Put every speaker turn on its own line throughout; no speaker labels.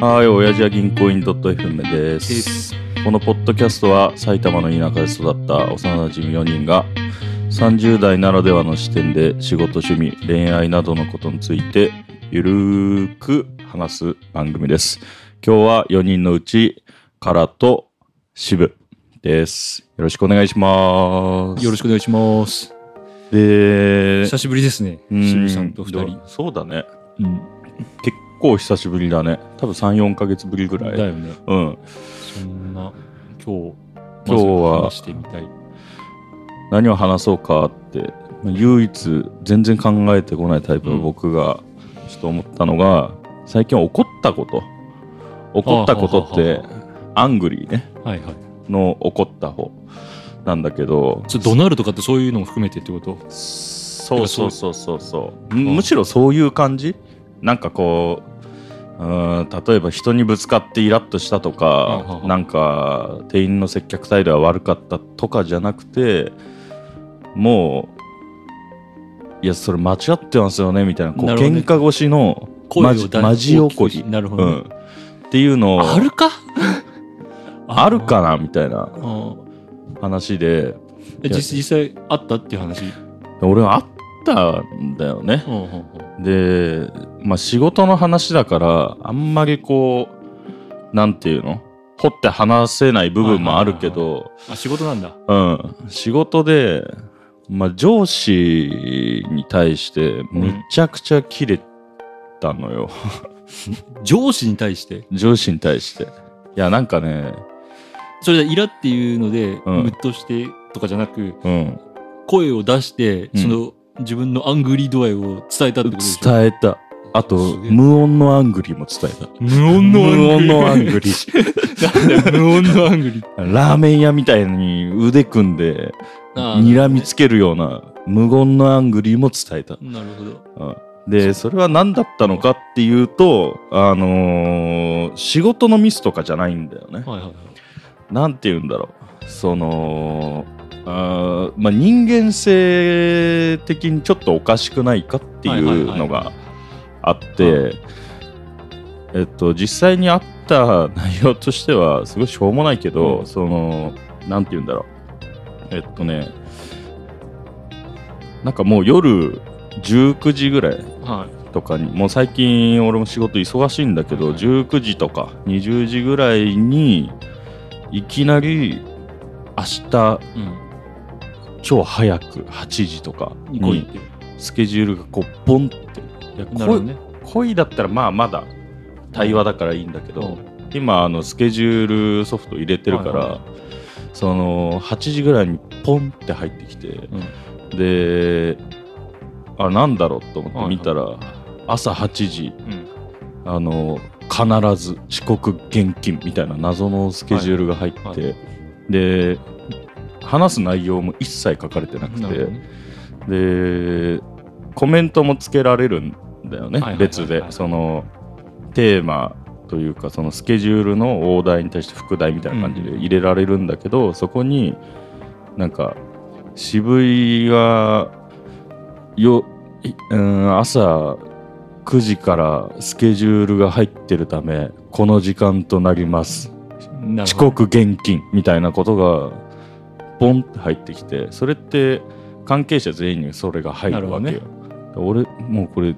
はい、親父は銀行員 .fm です。このポッドキャストは埼玉の田舎で育った幼馴染4人が30代ならではの視点で仕事、趣味、恋愛などのことについてゆるーく話す番組です。今日は4人のうち、カラとシブです。よろしくお願いします。
よろし
く。
くお願いします。
で、
久しぶりですね。
うん
渋さんと二人
ど。そうだね。
うん。
結構久しぶりだね。多分3、4ヶ月ぶりぐら
だ
い。
よね。
うん。
そんな、今日、
今日は
まず話してみたい。
何を話そうかってまあ唯一全然考えてこないタイプの僕がちょっと思ったのが、最近怒ったこと怒ったことってアングリーね
はいはい。
の怒った方なんだけど
ちょドナルとかってそういうのも含めてってこと
そうそうそうそうそう
うん
むしろそういう感じなんかこううーん例えば人にぶつかってイラッとしたと
うんうん
か
うん
なんか店員の接客態度が悪かったとかじゃなくてもういやそれ間違ってますよねみたいなこう
なるほどね
喧嘩越しの
声を
マジマジ怒り、
なるほ
う
ど
ん、
ね。
っていうのを
あるか
あるかなみたいな
うん
話で
え実実際あったっていう話。うん
俺はあったんだよね
うんうん
で、まあ、仕事の話だからあんまりこうなんていうの掘って話せない部分もあるけど、
あ、仕事なんだ。
うん、仕事で、まあ、上司に対してむちゃくちゃキレたのよ、
上司に対して。
上司に対していやなんかね
それでイラっていうので、
うん
ムッとしてとかじゃなく、
うん
声を出して、
うん
その、自分のアングリー度合いを伝えたってことでしょ
伝えたあと
すげえ
無音のアングリーも伝えた
無音のアング
無
リー。
音のアングリー
なんだよ 無音のアングリー。
ラーメン屋みたいに腕組んで
あー
にらみつけるような無言のアングリーも伝えた。
なるほど。
で、それは何だったのかっていうと、あのー仕事のミスとかじゃないんだよね。
はいはいはい。
なんて言うんだろう。その、あーまあ、人間性的にちょっとおかしくないかっていうのがあって、
はいはいは
えっと、実際にあった内容としては、すごいしょうもないけど、
うん
その、なんて言うんだろう。えっとね、なんかもう夜19時ぐらい
はい。
とかにもう最近俺も仕事忙しいんだけど、
はい
19時とか20時ぐらいにいきなり明日
うん。
超早く8時とか
ニコイっ
に
て。
スケジュールがこうポンっていや
なるほど
恋
ね。
恋だったらまあまだ対話だからいいんだけど、今あのスケジュールソフト入れてるから、
はいは
その8時ぐらいにポンって入ってきて、であなんだろうと思って見たら、朝8時
うん。
あの必ず遅刻厳禁みたいな謎のスケジュールが入って、
はいは
で話す内容も一切書かれてなく
なるほど
て
ね
でコメントもつけられるんだよね、
はいはいはいはい
別でそのテーマというかそのスケジュールの大題に対して副題みたいな感じで入れられるんだけど、そこになんか渋いはよいうん朝9時からスケジュールが入ってるためこの時間となります
なるほど
遅。刻厳禁みたいなことがボンって入ってきてそれって関係者全員にそれが入るわけよ、
なる
俺もうこれ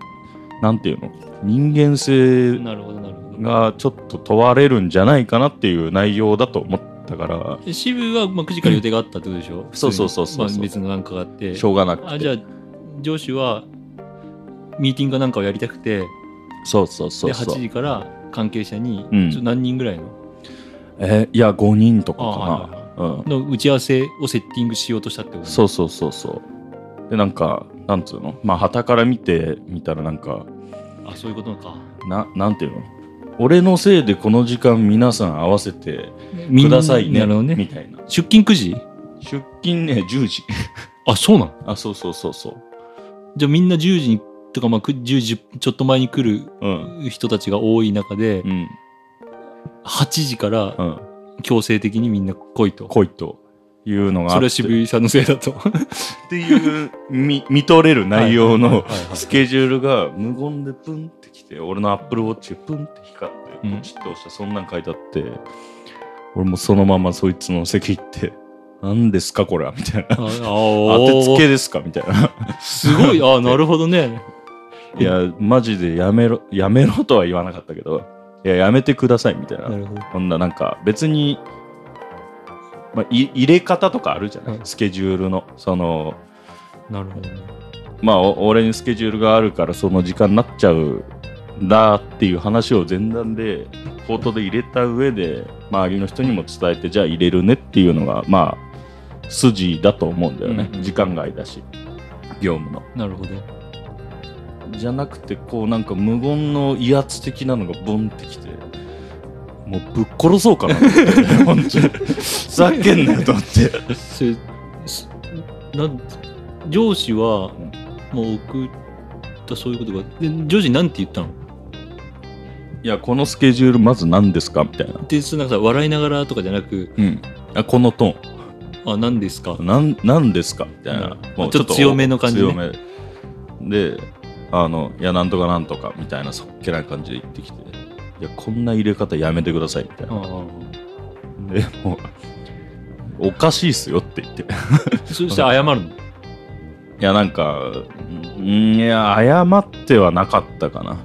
なんていうの人間性
なるほど、なるほど。
がちょっと問われるんじゃないかなっていう内容だと思ったから
で支部はまあ9時から予定があったってことでしょ
そうそうそうそう
普通にまあ別のなんかがあって
し。ょうがなくて
あ、じゃあ、上司は、ミーティングかなんかをやりたくて、
そうそうそ
で、
うそ
8
う
時から関係者に
うん、
ちょ何人ぐらいの
えいや5人とか
あはいはい
かな、うん、
の打ち合わせをセッティングしようとしたってこと
そうそうそうそうでなんかなんつうのまあ傍から見てみたらなんか
あ、そういうことか。
ななんていうの俺のせいでこの時間皆さん合わせて
み
く
ん
ださいね
なるほどね。
みたいな
出勤9時
出勤ね10時
あ、そうなの
あそうそうそうそう
じゃあみんな10時にとか、まあ、く10時ちょっと前に来る
うん
人たちが多い中で、
うん
8時から
うん
強制的にみんな来いと。
来いというのがあ
それ
って
は渋井さんのせいだと。
っていう見 見とれる内容
はい
の
はいはいはい
スケジュールが無言でプンってきて俺のアップルウォッチがプンって光って
うん
ポチッと押したそんなん書いてあって俺もそのままそいつの席行って「何ですかこれは」みたいな
ああ
「当てつ
ー
けですか」みたいな
すごいあなるほどね
いやマジでやめろやめろとは言わなかったけどいややめてくださいみたいな
なるほど
こんななんか別に、まあ、い入れ方とかあるじゃない、
うん
スケジュールのその
なるほどね
まあお俺にスケジュールがあるからその時間になっちゃうんだっていう話を前段で口頭で入れた上で周りの人にも伝えてじゃあ入れるねっていうのがまあ筋だと思うんだよね、
うんうん
時間外だし業務の
なるほど
じゃなくてこうなんか無言の威圧的なのがボンってきてもうぶっ殺そうかなと思って本 当にふざけんなよと思って
それすなん上司は
ん
もう送ったそういうことがで上司なんて言ったの
いやこのスケジュールまず何ですかみたいな、
でそのなんかさ笑いながらとかじゃなく
うん、あこのト
あ何ですか
ーンなん何ですかみたいな、
うんちょっと強めの感じね
強めであのいやなんとかなんとかみたいなそっけない感じで言ってきていやこんな入れ方やめてくださいみたい
あ
な、
あ
でもうおかしいっすよって言って
そして謝るの
いや、なんか、んいや、謝ってはなかったかな。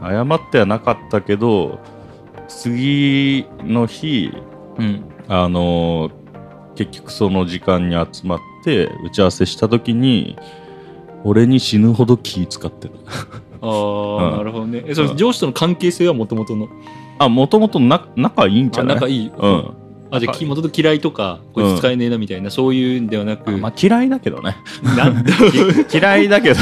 謝ってはなかったけど、次の日、
うん
あの、結局その時間に集まって、打ち合わせした時に、俺に死ぬほど気使ってた。
あ
う
あ
ん
なるほどねえ
う
そ
ん
上司との関係性はもともとの
あ、もともとな仲いいんじ
あ
ゃない
仲いい
うん。
あじゃ
は
あ
い
もともと嫌いとかこいつ使えねえなみたいなそういうんではなく
まあ、嫌いだけどね。
なんだ
嫌いだけど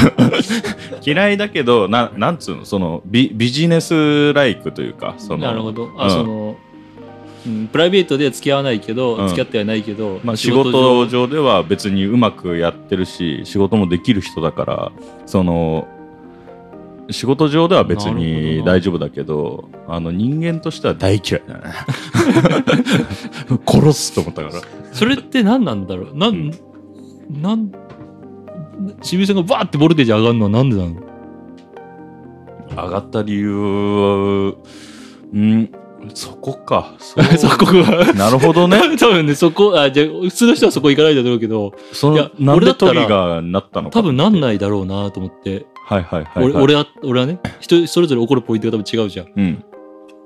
嫌いだけどななんつうのそのビビジネスライクというか その
なるほど
う
あ
ん
そのうんプライベートでは付き合わないけ
う
ど
ん
付き合ってはないけど
まあ、仕事上
上
では別にうまくやってるし仕事もできる人だからその仕事上では別
なるほ
に
どな
大丈夫だけどあの人間としては大嫌いだね 殺すと思ったから
それって何なんだろうな
うん
ん、なん、渋井さんがバーってボルテージ上がるのはなんでなの
上 がった理由はうんそこか そう
そこが。
なるほどね
多分ね、そこ、あ、じゃあ普通の人はそこ行かないだろうけど、
そ
い
の
や
なん
俺だ
で
った
ト
ら
リガーになったのか
多分なんないだろうなと思って、
はいはいはい、はい、
俺俺は、俺はね、人それぞれ怒るポイントが多分違うじゃん。
うん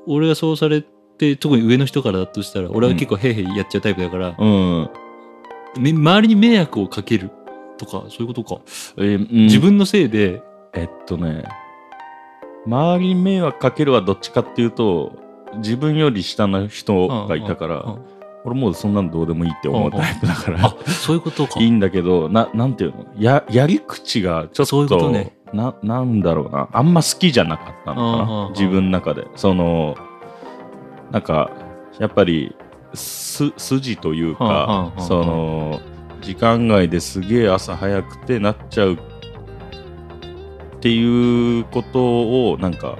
俺がそうされて、特に上の人からだとしたら、俺は結構へいへいやっちゃうタイプだから、
うん
め周りに迷惑をかけるとか、そういうことか。
えーうん
自分のせいで、
えっとね周りに迷惑かけるはどっちかっていうと自分より下の人がいたから、
うんうんうん
俺もうそんなんどうでもいいって思うタイプだから、
あ、そうい うことか。
いいんだけどななんていうのややり口がちょっ
そう
と
いうことね
ななんだろうなあんま好きじゃなかったのか
うんうん
な
うん
自分の中でそのなんかやっぱりす筋というか
うんうんうんうん
その時間外ですげえ朝早くてなっちゃうっていうことをなんか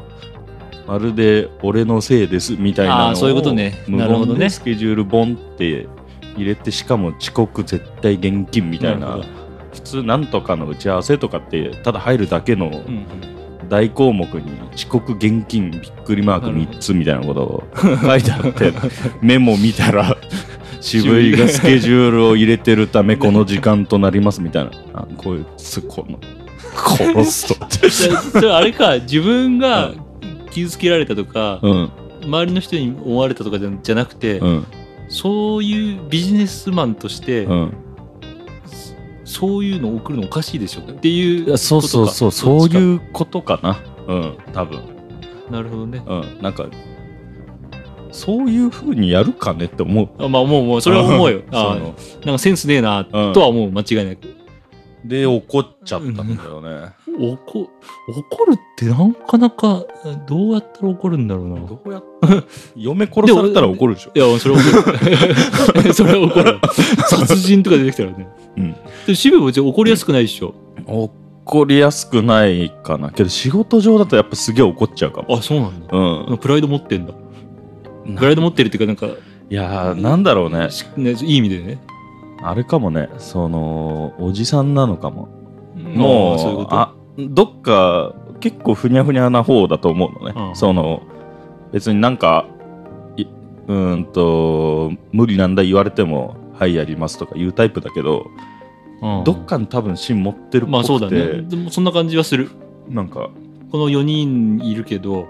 まるで俺のせいですみたいなの
あー
を
そういうことね
無
なるほど
言
ね
でスケジュールボンって入れてしかも遅刻絶対現金みたい
な
な
るほ
普通なんとかの打ち合わせとかってただ入るだけの
うんうん
大項目に遅刻現金びっくりマーク
なるほど
3つみたいなことを書いてあ ってメモ見たら渋井がスケジュールを入れてるためこの時間となりますみたいなあこいつこの殺すとって。
それそれあれ か自分が傷つけられたとか、
うん
周りの人に思われたとかじゃじゃなくて、
うん
そういうビジネスマンとして、
うん
そういうのを送るのおかしいでしょっていう
いやそうそうそうそう
う
いうことかなうん多分
なるほどね
うん、なんか、そういうふうにやるかねって思う。
あまあもう もうそれは思うよ
そ
あ
の
なんかセンスねえな
うん
とは思う間違いなく
で、怒っちゃったんだよね。
怒怒るってなかなかどうやったら怒るんだろうな
どうやって嫁殺されたら怒るでしょ。
いやそれ怒 るそれは怒る殺人とか出てきたらね
うん
でも渋谷も別に怒りやすくないでしょ、
怒りやすくないかな。けど、仕事上だとやっぱすげえ怒っちゃうかも。
あそうなんだ
うん。
プライド持ってんだ。
な
プライド持ってるっていうか、なん
いやー、なんだろうね
か、。しね、いい意味でね。
あれかもね、その、おじさんなのかも。
あ
も
ー
う、
そういうこと。
あどっか結構ふにゃふにゃな方だと思うのね、
うん
その別になんかいうーんと無理なんだ言われても「はいやります」とか言うタイプだけど、
うん
どっかに多分芯持ってるっ
ま
ぽ
あそう
く
だ
て、
ねでもそんな感じはする
なんか
この4人いるけど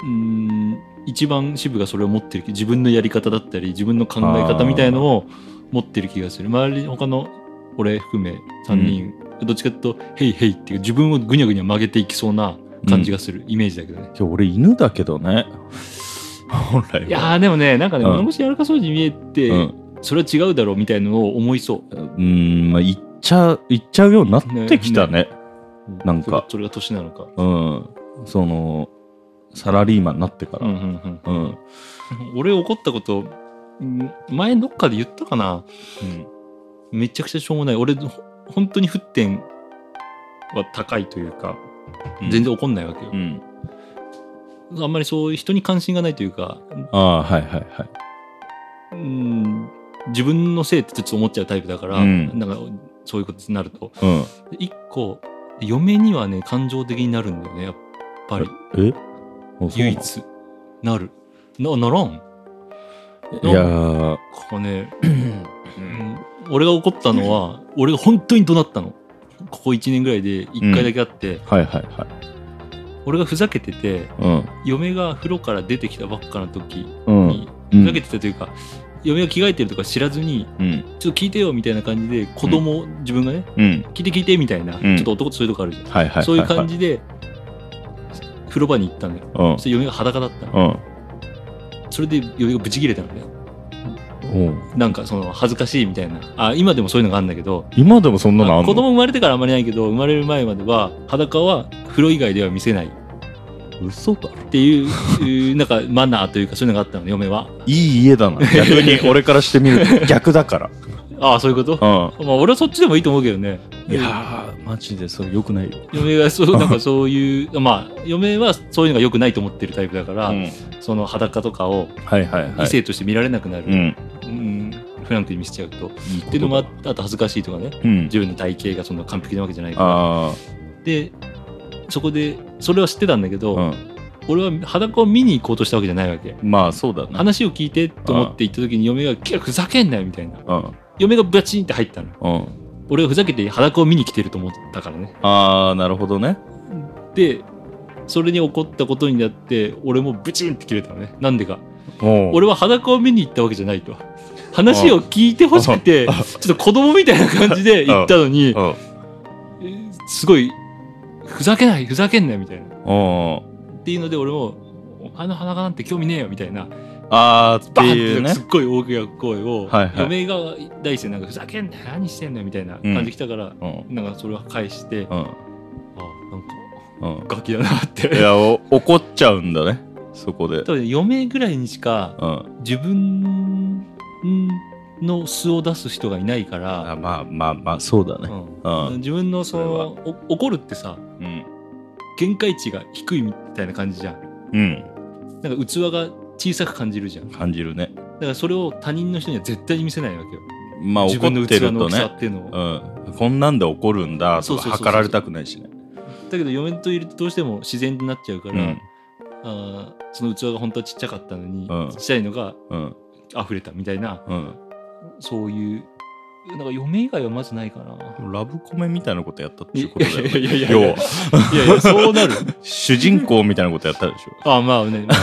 うーん一番支部がそれを持ってる気自分のやり方だったり自分の考え方みたいのを持ってる気がする周り他の俺含め3人、どっちかというと「ヘイヘイ」っていう自分をぐにゃぐにゃ曲げていきそうな感じがする、イメージだけどね
今日俺犬だけどね本来はい
やーでもねなんかね
うん
物腰柔らかそうに見えて、
うん
それは違うだろうみたいのを思いそう
ーんまあ言っちゃう言っちゃうようになってきたね
う
なんか
それそれが年なのか
うんそのサラリーマンになってか
うんう
ら
ん
う、
うんん 俺怒ったことうん前どっかで言ったかなめちゃくちゃしょうもない俺ほ本当に沸点は高いというか全然怒んないわけよ
う、ん
あんまりそういう人に関心がないというか、
ああはいはいはい
うん、自分のせいってちょっと思っちゃうタイプだから、
うん
なんかそういうことになると
うん
一個嫁にはね感情的になるんだよねやっぱり
えあそうなの
唯一なるなならん
いやー
ここね、うん俺が怒ったのは俺が本当に怒鳴ったのここ1年ぐらいで1回だけあって、
はいはいはい
俺がふざけてて
うん
嫁が風呂から出てきたばっかの時
うん
に、
うん
ふざけてたというか、嫁が着替えてるとか知らずに
うん
ちょっと聞いてよみたいな感じで子供、自分がね
うん
聞いて聞いてみたいな、
うん
ちょっと男とそういうとこあるじゃん、
はいはいはいは
そういう感
じ
じで風呂場に行ったのよ
うん
そして嫁が裸だったのそれで嫁がブチ切れたのよ
うんうん
なんかその恥ずかしいみたいなあ今でもそういうのがあるんだけど
今でもそんなのあん
子
の
供生まれてからあんまりないけど生まれる前までは裸は風呂以外では見せないっ
嘘だろ
ていう いうなんかマナーというかそういうのがあったの嫁はい
い家だな逆に俺からしてみると 逆だから
ああそういうこと
うん
まあ俺はそっちでもいいと思うけどね
いやーマジでそれよくないよ
嫁がそうなんかそういうまあ嫁はそういうのが良くないと思ってるタイプだから、
うん
その裸とかを
はいはいは
異
い
性として見られなくなる、
うん
うんフランクに見せちゃうと。っ
いいこ
てい
と
うの
だ
もあってあと恥ずかしいとかね
うん
自分の体型がそんな完璧なわけじゃないから
あ
でそこでそれは知ってたんだけ
あ
ど、
うん
俺は裸を見に行こうとしたわけじゃないわけ
まあそうだね
話を聞いてと思って行った時に嫁が「キャふざけんなよ」みたいな
うん
嫁がバチンって入ったの
うん
俺がふざけて裸を見に来てると思ったからね
ああなるほどね
でそれに怒ったことになって俺もブチンって切れたのねなんでか
俺
俺は裸を見に行ったわけじゃないと話を聞いてほしくて
うん
ちょっと子供みたいな感じで行ったのに
うん
えーすごいふざけないふざけんなよみたいなっ
うん
ていうので俺も「お前の裸なんて興味ねえよ」みたいな
あーって
バンっ
いう
て
ね
すっごい大きな声を、
はいはい
嫁が大してなんかふざけんなよ何してんのよみたいな感じで来たから、
うん
なんかそれは返して、あ
うん
なんか
うん
ガキだなっ
い
て。
やお怒っちゃうんだねそこで
多分嫁ぐらいにしか
うん
自分の素を出す人がいないから
あ、まあまあまあそうだね
うん
うん
自分のその
そ
お怒るってさ
うん
限界値が低いみたいな感じじゃん
うん
なんか器が小さく感じるじゃんだ
感じるね
からそれを他人の人には絶対に見せないわけよ
まあ
自
怒
分の
っ
器
てる
の
と
大きさ
ね
っていうのを、
うんこんなんで怒るんだと
そう
か
そうそうそう
測られたくないしね
だけど嫁といるとどうしても自然になっちゃうか
う
ら、
ん
あーその器が本当はちっちゃかったのに、
うん
ちっちゃいのが
うん
溢れたみたいな
うん
そういうなんか嫁以外はまずないかな。
ラブコメみたいなことやったって
い
いうことだよね
いやいやいやい
要
や
はい
やいやそうなる
主人公みたいなことやったでしょ
あまあね、まあ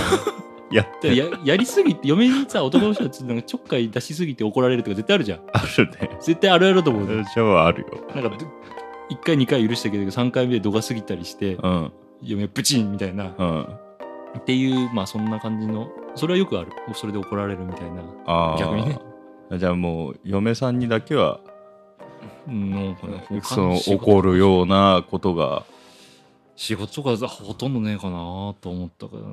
やって
ね、ややりすぎて嫁にさ男の人はちょっとなんかちょっかい出しすぎて怒られるとか絶対あるじゃん
あるね
絶対あるあると思うのよ
じゃああるよ
なんかど1回2回許したけど3回目で度が過ぎたりして
うん
嫁プチンみたいな
うんあ
っていうまあそんな感じのそれはよくあるそれで怒られるみたいな
あー
逆にね
じゃあもう嫁さんにだけは
うんなんかね他
その
仕事
怒るようなことが
仕事がほとんどねえかなと思ったけどな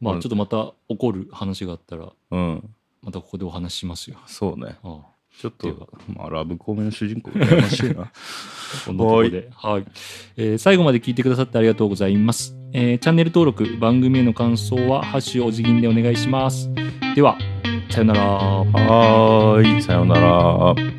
まあ
うん
ちょっとまた怒る話があったら
うん
またここでお話ししますよ、
そうね
ああ
ちょっ
っていう
と
か
まあラブコメの主人公羨ましいな
こんなところで、はいえー最後まで聞いてくださってありがとうございます、えーチャンネル登録番組への感想は「ハッシュお辞 儀」でお願いしますではさよなら
はーいさようなら